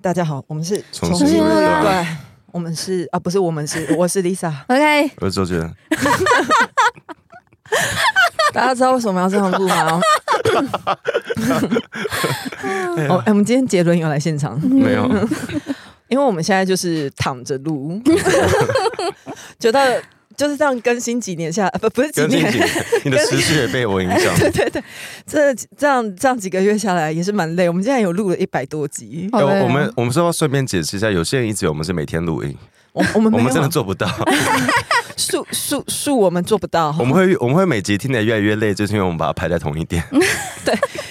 大家好，我们是重重新新回归来来，我们是啊，不是我们是，我是 Lisa。 OK，我是周杰伦， 大家知道为什么要这样录吗？ 哦，哎我们今天杰伦有来现场，没有，嗯因为我们现在就是躺着录， 觉得就是这样更新几年下，呃不不是几 跟近年几，你的思绪也被我影 响。对对对，这这样这样几个月下来也是蛮累。我们现在有录了一百多集，好哎我的我们我们是不是要顺便解释一下，有些人一直以为我们是每天录音，我我们我没们真的有做 不到，数数数，我们做不到。我们会我们会每集听得越来越累，就是因为我们把它排在同一 点。啊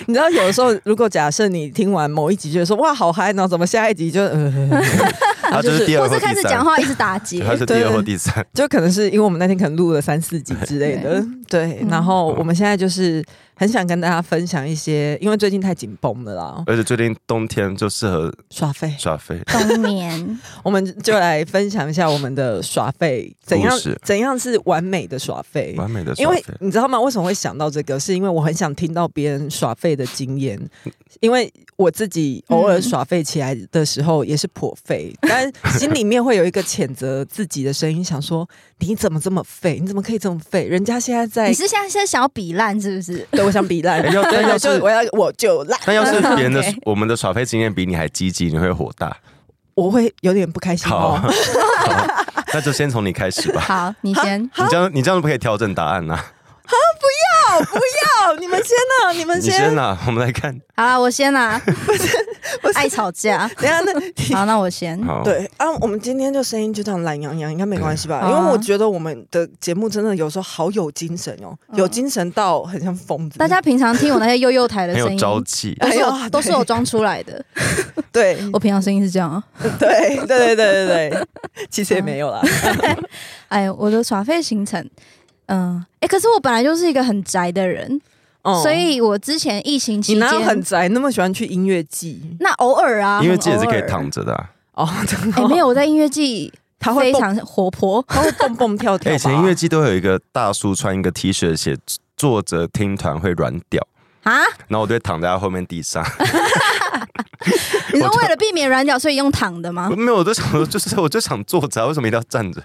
你知道，有的时候如果假设你听完某一集就说哇好嗨，然后怎么下一集就呃，它就是第二或或是开第始讲三，话一直打结，它是第二或第三。就可能是因为我们那天可能录了三四集之类的，对。嗯然后我们现在就是很想跟大家分享一些，因为最近太紧绷了啦，而且最近冬天就适合耍费，耍飞，冬 眠，我们就来分享一下我们的耍费怎样故事怎样是完美的耍费。完美的因耍为 飞。你知道吗？为什么会想到这个？是因为我很想听到别人耍废的经验，嗯因为我自己偶尔耍废起来的时候也是颇 废，但心里面会有一个谴责自己的声音，想说你怎么这么废？你怎么可以这么废？人家现在在你是现在是想要比烂是 不是？对我想比烂，哎 要对但对，要是就我要我就烂，但要是别人的 OK 我们的耍飞经验比你还积极，你会火 大。我会有点不开心好，哦。好那就先从你开始吧。好，你先。你这样你这样不可以调整答案呐、好，不要你们先 啊，你们你先先。呐、我们来看。好啦，我先 啦，不是爱吵架。等一下那好，那我 先。好，对啊，我们今天就声音就这样懒洋洋，应该没关系吧？哦对因好为啊我觉得我们的节目真的有时候好有精神哦，嗯有精神到很像疯子。大家平常听我那些悠悠台的很声有音，朝气。都是哎呦我都是我装出来的。 对 我平常声音是这样啊。对对对对对对， 其实也没有啦。哎，我的耍废行程，嗯，哎，可是我本来就是一个很宅的人，哦嗯所以我之前疫情期你哪有很间，宅，那么喜欢去音乐季那偶尔啊，因为很这也是可以偶尔。躺着的、啊。哦？真的哎，哦没有，我在音乐季他会非蹦，常活泼。他会 蹦蹦跳跳哎、吧。以前音乐季都会有一个大叔穿一个 T 恤写坐着听团会软屌，啊！然后我就会躺在他后面地上。啊 你说为了避免软脚，所以用躺的吗？ 没有，我都想说，就是我就想坐着啊，为什么一定要站着？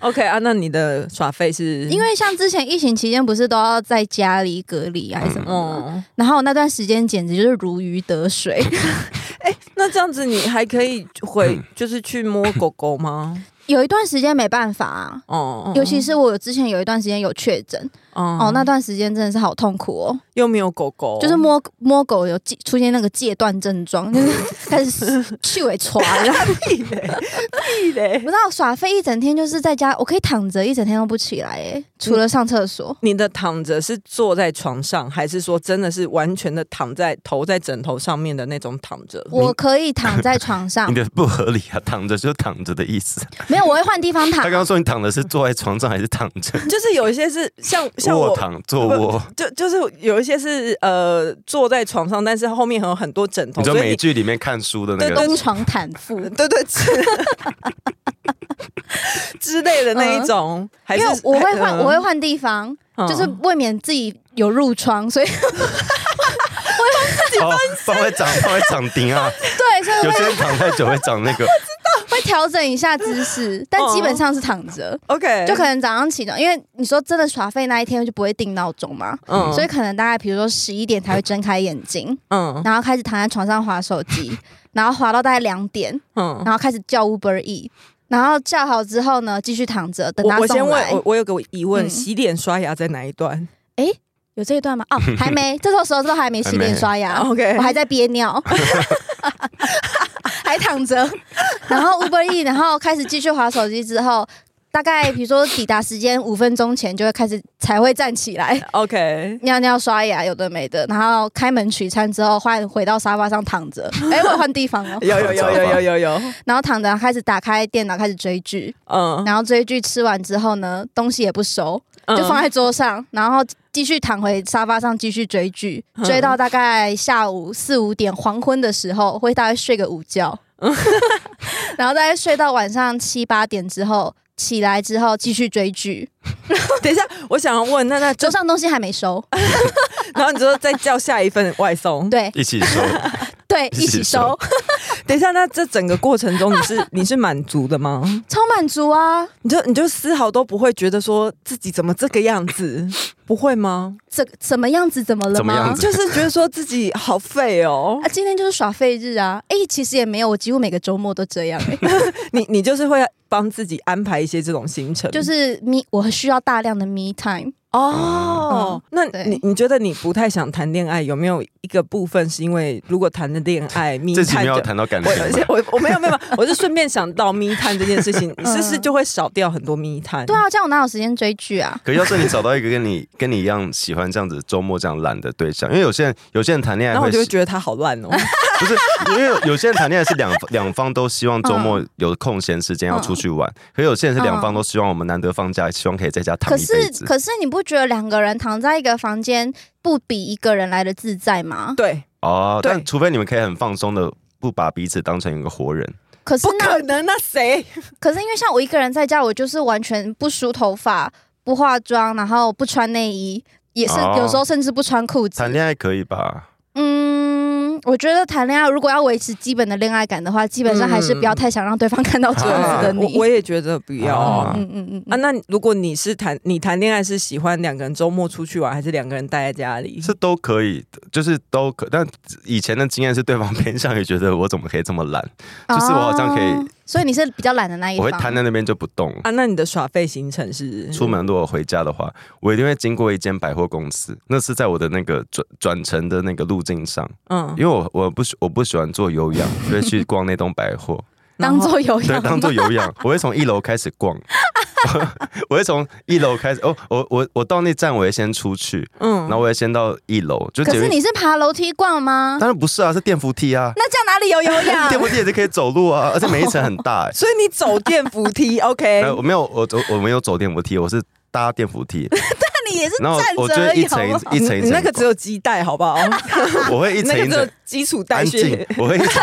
OK 啊，那你的耍费是嗯因为像之前疫情期间，不是都要在家里隔离还是什么的嗯吗？哦，然后我那段时间简直就是如鱼得水， 那这样子你还可以回，嗯就是去摸狗狗 吗？有一段时间没办法、啊。嗯哦，尤其是我之前有一段时间有确诊，哦哦，那段时间真的是好痛苦哦，又没有狗狗，就是摸摸狗有戒出现那个戒断症状，就是 开始去尾抓，然后屁嘞，屁嘞不。知道耍废一整天，就是在家，我可以躺着一整天都不起来，哎，除了上厕所，你的躺着是坐在床上，还是说真的是完全的躺在头在枕头上面的那种躺着？我可以躺在床 上你，的不合理啊，躺着就躺着的 意思。没有，我会换地方他躺啊刚，刚说你躺的是坐在床上还是躺着？就是有一些是像像我哦卧，躺、坐卧。就就是有一些是呃坐在床上，但是后面还有很多枕头，你说所以美你剧里面看书的那对个，东床坦腹， 对对之之类的那一种，还嗯因是为我会换，嗯我会换地方，就是未免自己有褥疮， 所以哦，它会长，它会长钉 啊。对，所以有会些人躺太久会长那个。会调整一下姿势，但嗯基本上是躺着。 OK 就可能早上起床，因为你说真的耍废那一天就不会定闹钟嘛，嗯所以可能大概比如说十一点才会睁开眼睛，嗯然后开始躺在床上划手 机，然后划到大概两点，嗯。然后开始叫 Uber E，然后叫好之后呢，继续躺着等我他我先送问来我。我有个疑问，嗯洗脸刷牙在哪一段有这一段吗？ 哦，还没，这时候都还没洗还脸没刷牙。 ？OK，我还在憋尿，还躺着。然后 Uber E，然后开始继续划手机之后，大概比如说抵达时间五分钟前就会开始才会站起来。 OK，，尿尿、刷牙，有的没的，然后开门取餐之后，换回到沙发上躺着。哎、我换地方哦有有有有有有有，然后躺着开始打开电脑，开始追剧。嗯，然后追剧吃完之后呢，东西也不收，嗯就放在在桌上，然后继续躺回沙发上继续追剧，嗯追到大概下午四五点黄昏的时候，会大概睡个午觉，嗯 然后大概睡到晚上七八点之后起来之后继续追剧， 等一下，我想要问，那那就桌上东西还没收，然后你就再叫下一份外送。对嗯 一起收，对，一一起起收收，等一下，那这整个过程中你是你是满足的吗？超满足啊！你就你就丝毫都不会觉得说自己怎么这个样子，不会吗？怎怎么样子？怎么了怎么吗样？子就是觉得说自己好废哦啊，，今天就是耍废日啊！哎、其实也没有，我几乎每个周末都这样、 哎你你就是会帮自己安排一些这种行程，就是 me，我需要大量的 me time。嗯哦，那嗯对你你觉得你不太想谈恋爱，有没有一个部分是因为如果谈了恋爱， 密这集探没有的？谈到感我情而且吧，我我 没有没有，我是顺便想到密探这件事情，嗯是不是就会少掉很多密探？对，啊，这样我哪有时间追剧啊？可要是你找到一个跟你跟你一样喜欢这样子周末这样懒的对象，因为有些人有些人谈恋爱然后会我就会是觉得他好烂 哦。不是，因为有些人谈恋爱是两两方都希望周嗯末有空闲时间要出去玩，可有些人是两方都希望我们难得放假，希望可以在家躺可一是辈子。可是你不觉得两个人躺在一个房间不比一个人来的自在吗？ 对，哦，对但除非你们可以很放松的不把彼此当成一个活人，可是啊不那可能，那啊谁？可是因为像我一个人在家，我就是完全不梳头发、不化妆，然后不穿内衣，也是、哦有时候甚至不穿裤子。谈恋爱可以吧？嗯，我觉得谈恋爱如果要维持基本的恋爱感的话，基本上还是不嗯要太想让对方看到 这样子的我你。我也觉得不要啊啊。嗯嗯嗯啊，嗯，那如果你是谈你谈恋爱是喜欢两个人周末出去玩，还是两个人待在家里？是都可以，就是都可。但以前的经验是，对方偏向于觉得我怎么可以这么懒，啊就是我好像可以哦所以你是比较懒的那一我方。会瘫在那边就不动。啊，那你的耍废行程是出门如果回家的话，我一定会经过一间百货公司，那是在我的那个转转乘的那个路径上，嗯因为我我不喜我不喜欢做有 氧，就会去逛那栋百货，然当后做有对，氧当做有 氧，我会从一楼开始逛， 我会从一楼开始，哦，我我我到那站我会先出去，嗯然后我会先到一楼，就可捷是运，你是爬楼梯逛吗？当然不是啊，是电扶 梯啊，那这样哪里有有啊 氧？电扶梯也是可以走路啊，而且每一层很大、 欸，所以你走电扶梯 ，OK？呃，我没有，我走，我没有走电扶梯，我是搭电扶梯，那你也是然后站我着就而会已一好层一不好层一层一你层，那个只有鸡带，好不好？我 会一那个层一只有层基础带安血 静，，我会一 层，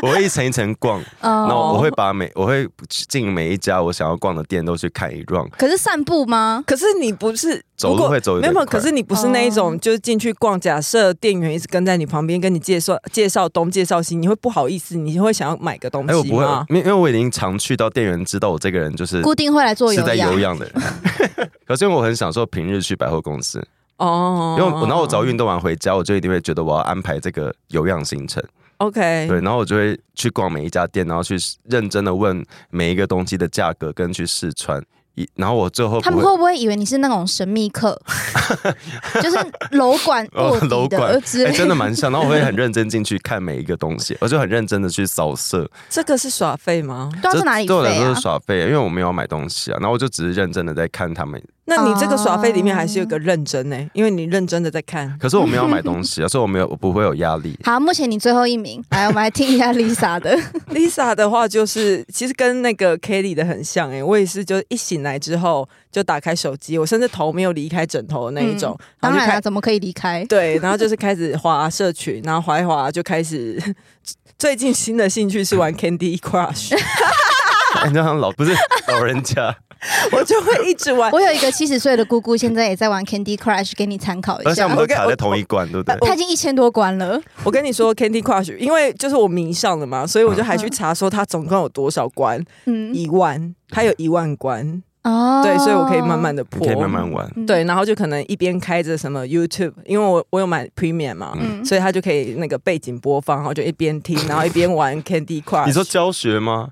我会一层一层逛，然哦，后我会把每我会进每一家我想要逛的店都去看一 round，可是散步吗？可是你不是走如路果会走有没点有，可快。是你不是那一种，就是进去逛，假设店员一直跟在你旁边，跟你介绍介绍东介绍西，你会不好意思，你会想要买个东哎，我西不会吗，？因为因为我已经常去到店员知道我这个人就是固定会来做是在有氧。氧的人，可是因为我很享受平日去百货公司，哦因为我然后我只要运动完回家，我就一定会觉得我要安排这个有氧行程。 OK，对，然后我就会去逛每一家店，然后去认真的问每一个东西的价格，跟去试穿。一，然后我最后他不们会，会不会以为你是那种神秘 客，就是楼管哦卧底楼的管呃之哎、类真的蛮像。然后我会很认真进去看每一个东西，我就很认真的去扫射。这个是耍废吗？不知道是哪里对我来飞说啊是？耍废，因为我没有要买东西啊。然后我就只是认真的在看他们，那你这个耍废里面还是有个认真呢、欸因为你认真的在看。可是我没有买东西啊，所以我没有，我不会有压力。好，目前你最后一名，来，我们来听一下 Lisa 的。 Lisa 的话就是，其实跟那个 Kelly 的很像哎、我也是，就一醒来之后就打开手机，我甚至头没有离开枕头的那一种，然嗯当后就然啊开了，怎么可以离开？对，然后就是开始滑啊社群，然后滑一滑就开始。 最近新的兴趣是玩 Candy Crush， 你知道老不是老人家，我就会一直玩。我有一个七十岁的姑姑，现在也在玩 Candy Crush，给你参考一而且下哎我。们都我跟卡我在同一关，对不对？她已经一千多关了，我跟你说 Candy Crush，因为就是我迷上了嘛，所以我就还去查说它总共有多少关，嗯，一万，它有一万关，哦对，所以我可以慢慢的你破，可以慢慢玩。嗯对，，然后就可能一边开着什么 YouTube，因为我我有买 Premium 嘛，嗯所以它就可以那个背景播放，然后就一边听，然后一边玩 Candy Crush。你说教学吗？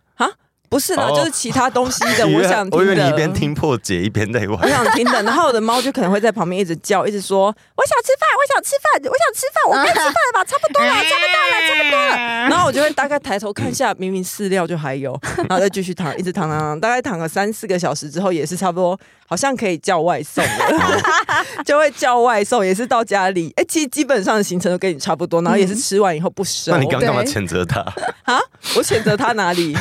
不是啦，哦就是其他东西 的，我想听的。我以为你一边听破解一边在玩 我。想听的，然后我的猫就可能会在旁边一直叫，一直说：“我想吃饭，我想吃饭，我想吃饭，我该吃饭了吧，差不多了，差不多了，差不多了。”然后我就会大概抬头看一下，明明饲料就还有，然后再继续躺，一直躺躺躺，大概躺个三四个小时之后，也是差不多，好像可以叫外送了，就会叫外送，也是到家里，哎、其实基本上的行程都跟你差不多，然后也是吃完以后不收。那你刚对干嘛谴责他？啊？我谴责他哪里？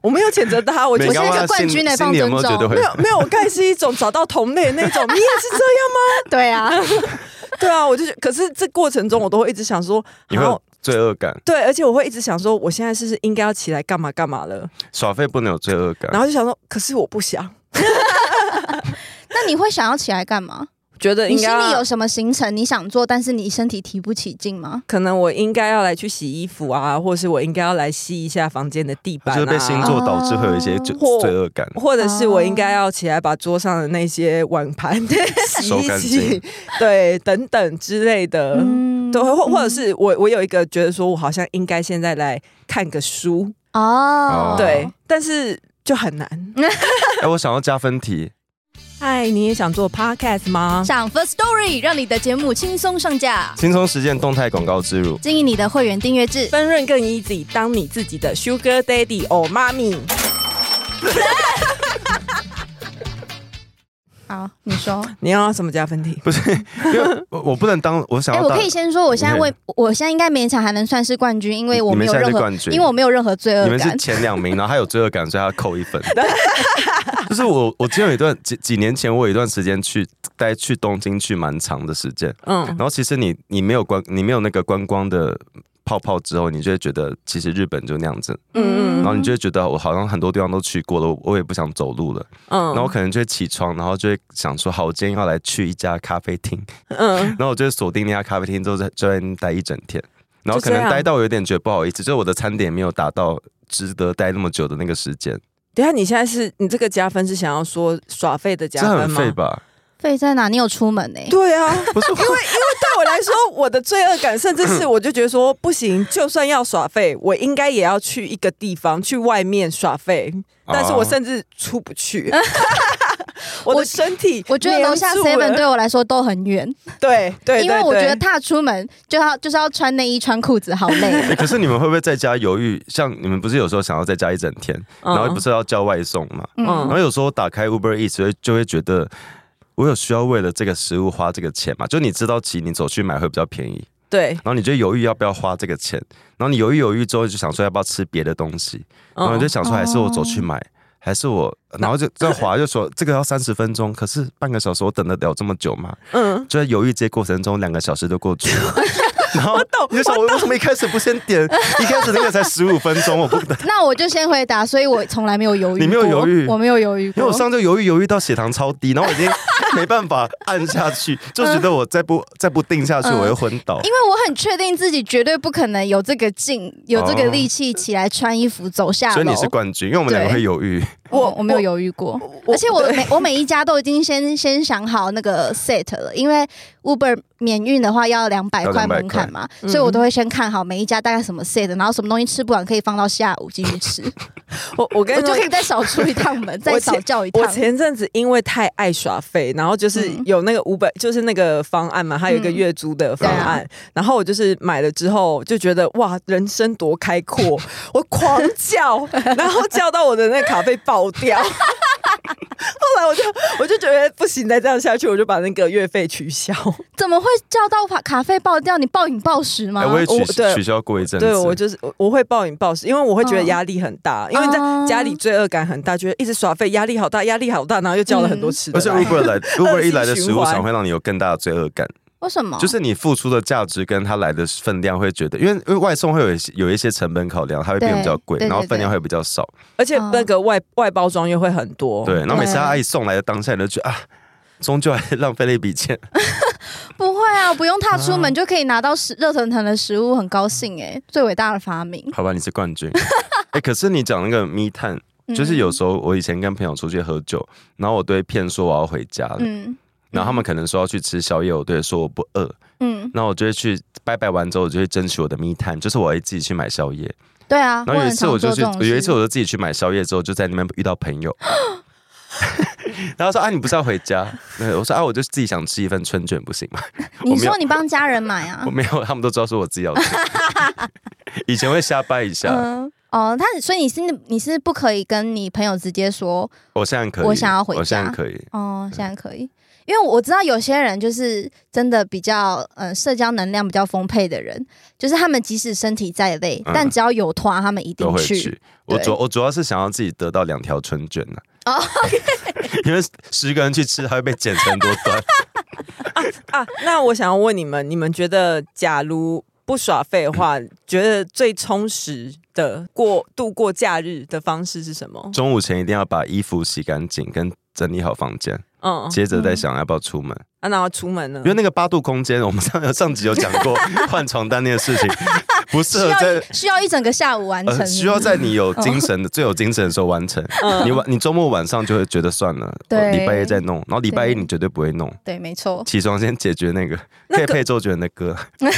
我没有谴责他，我你觉得刚干嘛是一个冠军心欸心里有没有放觉尊得重会没？有没有，我刚才是一种找到同类的那种，你也是这样。 对啊， 对啊，我就觉得，可是这过程中我都会一直想说，你会好有罪恶感，对，而且我会一直想说，我现在是不是应该要起来干嘛干嘛了？耍废不能有罪恶感然。后就想说，可是我不想，那你会想要起来干嘛？觉得你应心该里要有什么行程你想做，但是你身体提不起劲吗？可能我应该要来去洗衣服啊，或是我应该要来吸一下房间的地板就是被星啊，座导致会有一些就或罪恶感。或者是我应哦该要起来把桌上的那些碗盘 洗收一干洗净，对，等等之类的。嗯，对，或或者嗯是我我有一个觉得说，我好像应该现在来看个书，哦，对，但是就很难。哎，我想要加分题，嗨，你也想做 podcast 吗？上 First Story 让你的节目轻松上架，轻松实践动态广告植入。经营你的会员订阅制。分润更 easy，当你自己的 sugar daddy 或妈咪。好，你说。你要什么加分题？不是，因为我我不能当，我想哎、要我当可以，先说，我现在你可以为我现在应该勉强还能算是冠军，因为我你们没有现在任是何，冠军，因为我没有任何罪恶你们是感。前两名，然后他有罪恶感，所以他扣一分。 就是我，我之前有一段几几年前，我有一段时间去待去东京去蛮长的时间，嗯然，后其实你你没有观你没有那个观光的泡泡之后，你就会觉得其实日本就那样子，嗯嗯然后你就会觉得我好像很多地方都去过了，我我也不想走路了，嗯然后我可能就会起床，然后就会想说好，我今天要来去一家咖啡 厅，嗯，然后我就会锁定那家咖啡厅之后在就在那边待一整天，然后可就这能样待到我有点觉得不好意思，就是我的餐点没有达到值得待那么久的那个时间，等一下你现在是你这个加分是想要说耍废的加这分很吗？废吧？ 费在哪？你有出门呢、欸对啊，不是，因为对我来说，我的罪恶感甚至是我就觉得说不行，就算要耍废，我应该也要去一个地方去外面耍废，啊但是我甚至出不 去。我的身体，我觉得楼下 seven 对我来说都很远，对对，因为对我觉得对踏出门就要就是要穿内衣穿裤子，好累 哦。欸可是你们会不会在家犹豫？像你们不是有时候想要在家一整天，然后不是要叫外送嘛？然嗯后有时候打开 Uber Eats 就会就会觉得，我有需要为了这个食物花这个钱嘛？就你知道，其实你走去买会比较便宜，对，然后你就犹豫要不要花这个钱，然后你犹豫犹豫之后就想说要不要吃别的东西，哦嗯然后你就想说还是我走去买。还是我，然后就在滑就说这个要三十分钟，可是半个小时我等得了这么久吗？嗯，就在犹豫这些过程中，两个小时就过去 了。然后懂你就想，我为什么一开始不先点？一开始那个才十五分钟，我 不等，那我就先回答，所以我从来没有犹豫过。你没有犹豫我没有犹豫因为过我。上周犹豫犹豫到血糖超低，然后我已经没办法按下去，就觉得我再不再不定下去，嗯我会昏 倒。因为我很确定自己绝对不可能有这个劲，有这个哦力气起来穿衣服走下楼。所以你是冠军，因为我们两个对会犹豫。我我我没有犹豫过，我而且我对每我每一家都已经先先想好那个 set 了，因为 Uber 免运的话要两百要块200门槛嘛，所以我都会先看好每一家大概什么 set，然后什么东西吃不完可以放到下午继续吃，我我 跟我你就说可。以再少出一趟门，再我少前叫一我趟。嗯前阵子因为太爱耍废，然后就是有那个五百，就是那个方案嘛，它有一个月租的方案，啊然后我就是买了之后就觉得哇，人生多开 阔，我狂叫，然后叫到我的那个卡被爆 掉。后来我就我就觉得不行，再这样下去，我就把那个月费取消。怎么会叫到卡卡费爆掉？你暴饮暴食吗？哎，我也取我对取消过一阵子。对我就是我我会暴饮暴食，因为我会觉得嗯压力很大，因为在哦家里罪恶感很大，觉得一直耍废，压力好大，压力好大，然后又叫了嗯很多吃的而来。 且 Uber 来 Uber 一来的食循物环上会让你有更大的罪恶感，为什么？就是你付出的价值跟它来的分量会觉得，因为因为外送会有一些有一些成本考量，它会变得比较贵，对对然后对分量会比较少。而嗯且那个外、外包装又会很多。对，然后每次哦对他阿姨送来的当下，你就觉得啊，终究还是浪费了一笔 钱。不会啊，不用踏出门就可以拿到食热腾腾的食物，很高兴哎、最伟大的发明。好吧，你是冠军。哎、可是你讲那个密探，嗯就是有时候我以前跟朋友出去喝酒，然后我对骗说我要回家了，嗯然后他们可能说要去吃宵夜，我对说我不饿，嗯，那我就会去拜拜完之后，我就会争取我的密探，就是我会自己去买宵夜。对啊。然后有一次我很常就做去，这种有一事次我就自己去买宵夜之后，就在那边遇到朋友。 然后说啊，你不是要回家？对，我说啊，我就自己想吃一份春卷，不行吗？你我没有说你帮家人买啊 我？没有，他们都知道是我自己要吃。 以前会瞎掰一下，嗯，哦，他所以你是你是不可以跟你朋友直接说，我现在可以，我想要回家我现在可以。哦，现在可以，因为我知道有些人就是真的比较呃社交能量比较丰沛的人，就是他们即使身体再累，嗯但只要有团，他们一定都会去。去。我主我主要是想要自己得到两条春卷呢、哦 因为十个人去吃，还会被剪成很多段。啊，那我想要问你们，你们觉得假如不耍废的话，觉得最充实的过度过假日的方式是什么？中午前一定要把衣服洗干净，跟整理好房间。嗯，接着再想要不要出门。啊，然后出门呢因？为那个八度空间，我们上 上集有讲 过换床单那个事情， 不适需合要在需要一整个下午完成，哦呃需要在你有精神的、最有精神的时候完成。嗯你晚你周末晚上就会觉得算了，对呃礼拜一再弄，然后礼拜一对你绝对不会弄。对，没错，起床先解决那个，那可以个配周杰伦的歌，嗯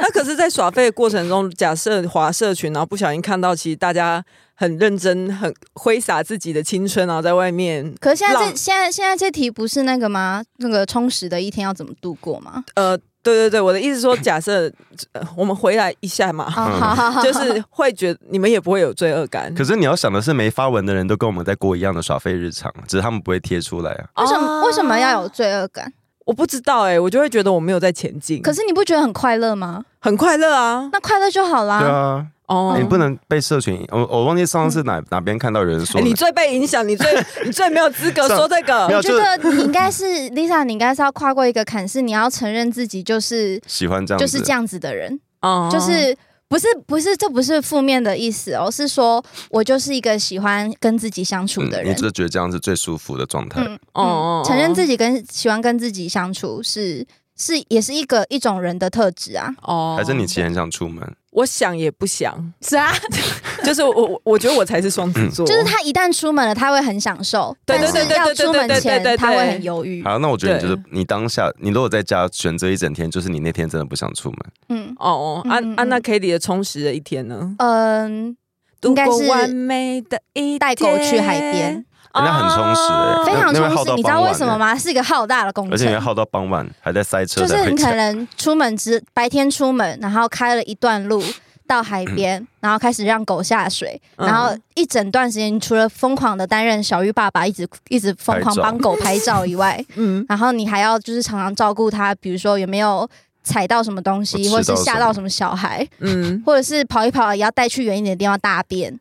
那可是，在耍废的过程中，假设滑社群，然后不小心看到，其实大家很认真、很挥洒自己的青春，然后在外面，可是现在这浪现在现在这题不是那个吗？那个充实的一天要怎么度 过吗？呃，对对对，我的意思说， 假设、呃我们回来一下嘛， 嗯啊、好好好，就是会觉得你们也不会有罪恶感。可是你要想的是，没发文的人都跟我们在过一样的耍废日常，只是他们不会贴出来啊。为什么、啊为什么要有罪恶感？我不知道哎、我就会觉得我没有在前进，可是你不觉得很快乐吗？很快乐啊。那快乐就好啦。对啊，哦，你不能被社群，我我忘记上次哪哪边看到有人说哎了，你最被影响，你 最你最没有资格说这没个。有我觉得你应该是 Lisa，你应该是要跨过一个坎，是你要承认自己就是喜欢这样就子，是这样子的人，哦就是不是不是这不是负面的意思哦，是说我就是一个喜欢跟自己相处嗯，的你人。就觉得这样是最舒服的状态。嗯，哦哦嗯哦承认自己跟喜欢跟自己相处是是也是一个一种人的特质啊，哦还是你其实很想出门，我想也不想， 是啊，就是我我我觉得我才是双子座，嗯 就是他一旦出门了，他会很享受，对对对但是要对对出对门对对对前对他会很犹豫。好，那我觉得你对就是你当下，你如果在家选择一整天，就是你那天真的不想出门，嗯哦哦，安嗯嗯嗯安娜 k a t i e 的充实的一天呢？嗯，度应该是过完美的一带狗去海边，哦，人家哎很充实欸 非常那会充耗实，到你知道傍晚为什么欸吗？是一个浩大的工而且你要程。耗到傍晚还在塞车就才是回你可家。能出门之白天出门，然后开了一段路 到海边，然后开始让狗下水，嗯然后一整段时间，你除了疯狂的担任小玉爸爸，一直一直疯狂拍照帮狗拍照以外，嗯，然后你还要就是常常照顾它，比如说有没有踩到什么东我西，吃或是到吓什到么什么小孩，嗯，或者是跑一跑也要带去远一点的地方大 便，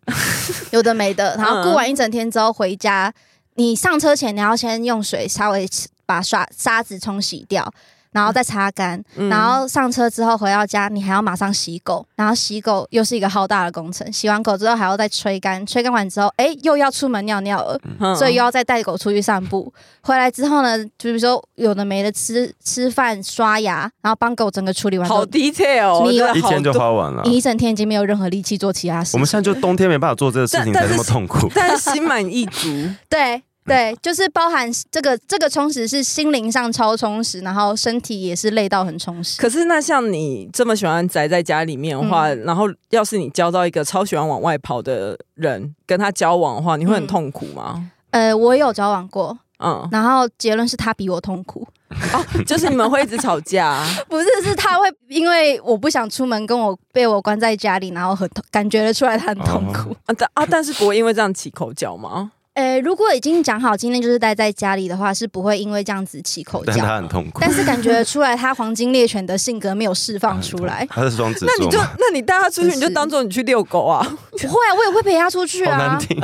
有的没嗯的。然后过完一整天之后回家，你上车前你要先用水稍微把刷沙子冲洗掉，然后再擦干。嗯然后上车之后回到家，你还要马上洗狗，然后洗狗又是一个浩大的工程。洗完狗之后还要再吹干，吹干完之后，哎，又要出门尿尿了，嗯所以又要再带狗出去散步。回来之后呢，就比如说有的没的吃吃饭、刷牙，然后帮狗整个处理完之后好 detail，哦你真的一天好就多花完了。你一整天已经没有任何力气做其他事啊我情了。们现在就冬天没办法做这个事情，但才那么但是痛 苦。但是心满意足，对对，就是包含这个这个充实是心灵上超充实，然后身体也是累到很充实。可是那像你这么喜欢宅在家里面的嗯话，然后要是你交到一个超喜欢往外跑的人，跟他交往的话，你会很痛苦吗？呃，我有交往过，嗯，然后结论是他比我痛苦， 哦，就是你们会一直吵架，啊不是是他会因为我不想出门，跟我被我关在家里，然后很痛，感觉得出来他哦很痛苦。啊但啊，但是不会因为这样起口角吗？呃，如果已经讲好今天就是待在家里的话，是不会因为这样子起口但他角。很痛苦，但是感觉得出来，他黄金猎犬的性格没有释 哎放出来。他 是双子那你座就吗，那你带他出去，真你是就当做你去遛狗啊，不会啊，我也会陪他出去好啊难。听。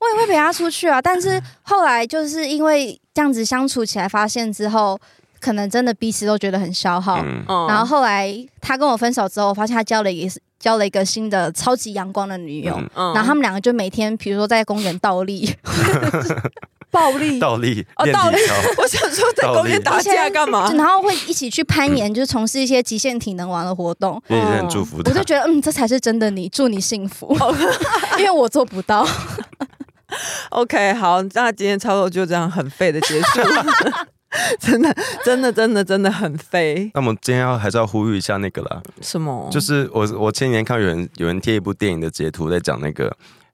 我也会陪他出去啊，但是后来就是因为这样子相处起来，发现之后，可能真的彼此都觉得很消耗。嗯，嗯，然后后来他跟我分手之后，我发现他交了一个交了一个新的超级阳光的女友，嗯嗯然后他们两个就每天，比如说在公园倒 立，暴力倒立哦练倒立体操， 我想说，在公园打架干嘛？然后会一起去攀岩，就是从事一些极限体能玩的活动。你也是很祝福我就他。觉得，嗯，这才是真的你，祝你幸福，哦 因为我做不到。 OK，好，那今天操作就这样很废的结 束，真的，真的，真的，真的很废。那我们今天要还是要呼吁一下那个啦，什么？就是我我前几天看有人有人贴一部电影的截图，在讲那个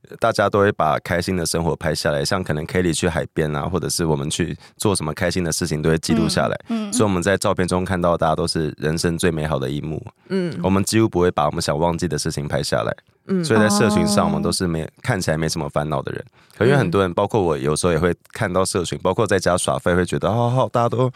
呃大家都会把开心的生活拍下来，像可能 Kelly 去海边啊，或者是我们去做什么开心的事情，都会记录下来。嗯，所以我们在照片中看到大家都是人生最美好的一幕，嗯我们几乎不会把我们想忘记的事情拍下来。嗯所以在社群上，哦嗯我们都是没看起来没什么烦恼的人。可因为很多人，包括我，有时候也会看到社群，包括在家耍废，会觉得哦，好大家都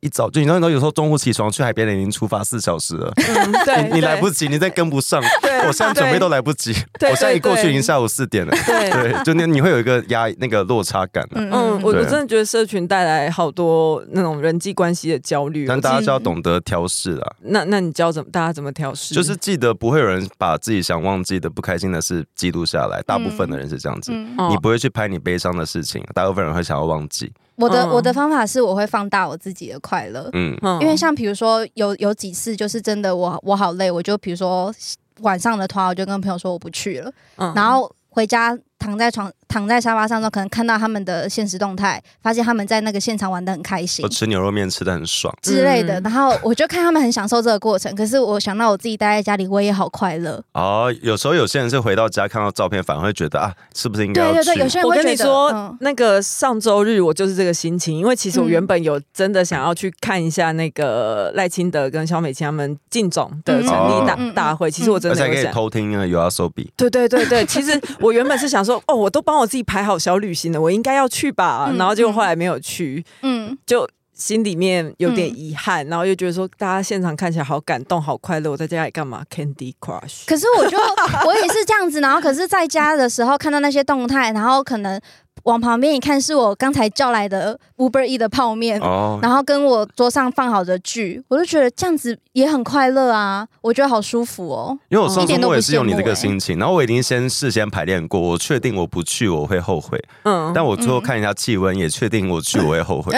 一早就你知道，你知道有时候中午起床去海边的已经出发四小时了，嗯，对，你你来不及，及，你再跟不上。对我现在准备都来不及，对对我现在一过去对已经下午四点了。对。对对，就那你会有一个压那个落差感啊。嗯嗯，我我对真的觉得社群带来好多那种人际关系的焦虑哦。但大家就要懂得调试啦，那那你教怎么大家怎么调试？就是记得不会有人把自己想忘记的、不开心的事记录下来。大部分的人是这样子，嗯哦你不会去拍你悲伤的事情，大部分人会想要忘记。我的、嗯我的方法是我会放大我自己的快乐，嗯，嗯因为像比如说有有几次就是真的我我好累，我就比如说晚上的团我就跟朋友说我不去了，嗯然后回家躺在床躺在沙发上的时候，可能看到他们的现实动态，发现他们在那个现场玩的很开心我。吃牛肉面吃的很爽，之类的，哦嗯然后我就看他们很享受这个过程，可是我想到我自己待在家里，我也好快乐。哦，有时候有些人是回到家看到照片，反而会觉得啊，是不是应该对要去？对对，有些人我会跟觉你得，说，嗯，那个上周日我就是这个心情，因为其实我嗯原本有真的想要去看一下那个赖清德跟萧美琴他们进总的成立大、嗯嗯嗯嗯大会，其实我真而且的还有可以想。偷听啊，有要收笔。对对对对，其实我原本是想说，哦，我都帮我自己排好小旅行了，我应该要去吧，嗯然后结果后来没有去，嗯，就心里面有点遗憾，然后又觉得说大家现场看起来好感动、好快乐，我在家里干嘛？Candy Crush。可是我就我也是这样子，然后可是在家的时候看到那些动态，然后可能往旁边一看，是我刚才叫来的 Uber E 的泡面。哦，然后跟我桌上放好的剧，我就觉得这样子也很快乐啊，我觉得好舒服 哦。因为我上一点次都不我也是用你羡慕这个欸心情，然后我已经先事先排练过，我确定我不去我会后悔，嗯，但我最后看一下气温，也确定我去我会后 悔，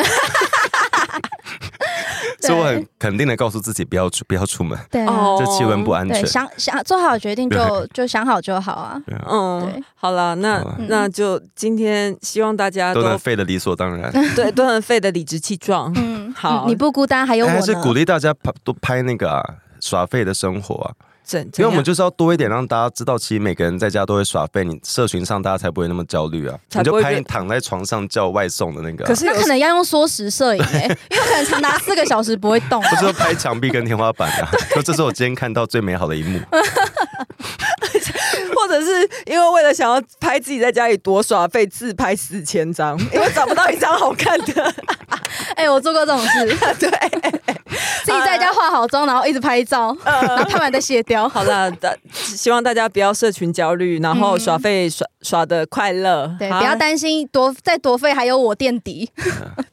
对所以我很肯定的告诉自己不要出不要出门，对啊、哦这气温不安全对，。想想做好决定就 就想好就好啊。嗯对，好了，那好啦那就今天希望大家都都能废的理所当 然，对都很废的理直气壮。嗯， 好你你不孤单，还有我哎还呢。是鼓励大家拍多拍那个啊耍废的生活啊，怎怎因为我样们就是要多一点让大家知道，其实每个人在家都会耍废，你社群上大家才不会那么焦虑啊。才你不就会拍变你躺在床上叫外送的那个啊、 可是那有可能要用缩时摄影、欸， 因为我可能长达四个小时不会 动。不是说拍墙壁跟天花板 啊，说这是我今天看到最美好的一幕。或者是因为为了想要拍自己在家里多耍废，自拍四千张，因为找不到一张好看的。哎、我做过这种事， 对，呃自己在家化好妆，然后一直拍照，然后拍完再卸掉。好了，大希望大家不要社群焦虑，然后嗯耍废耍耍的快乐。对，好不要。担心多再多费，还有我垫底。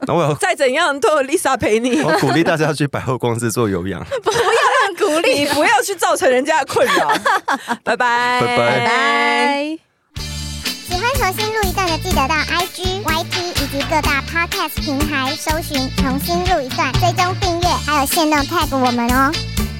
然后我再怎样都有 Lisa 陪你， 我鼓励大家去百货公司做有氧。很鼓你励，不要去造成人家的困扰。拜拜，拜拜 拜拜。喜欢重新录一段的，记得到 IG、YT 以及各大 Podcast 平台搜寻“重新录一段”，追踪订阅，还有限定 tag 我们哦。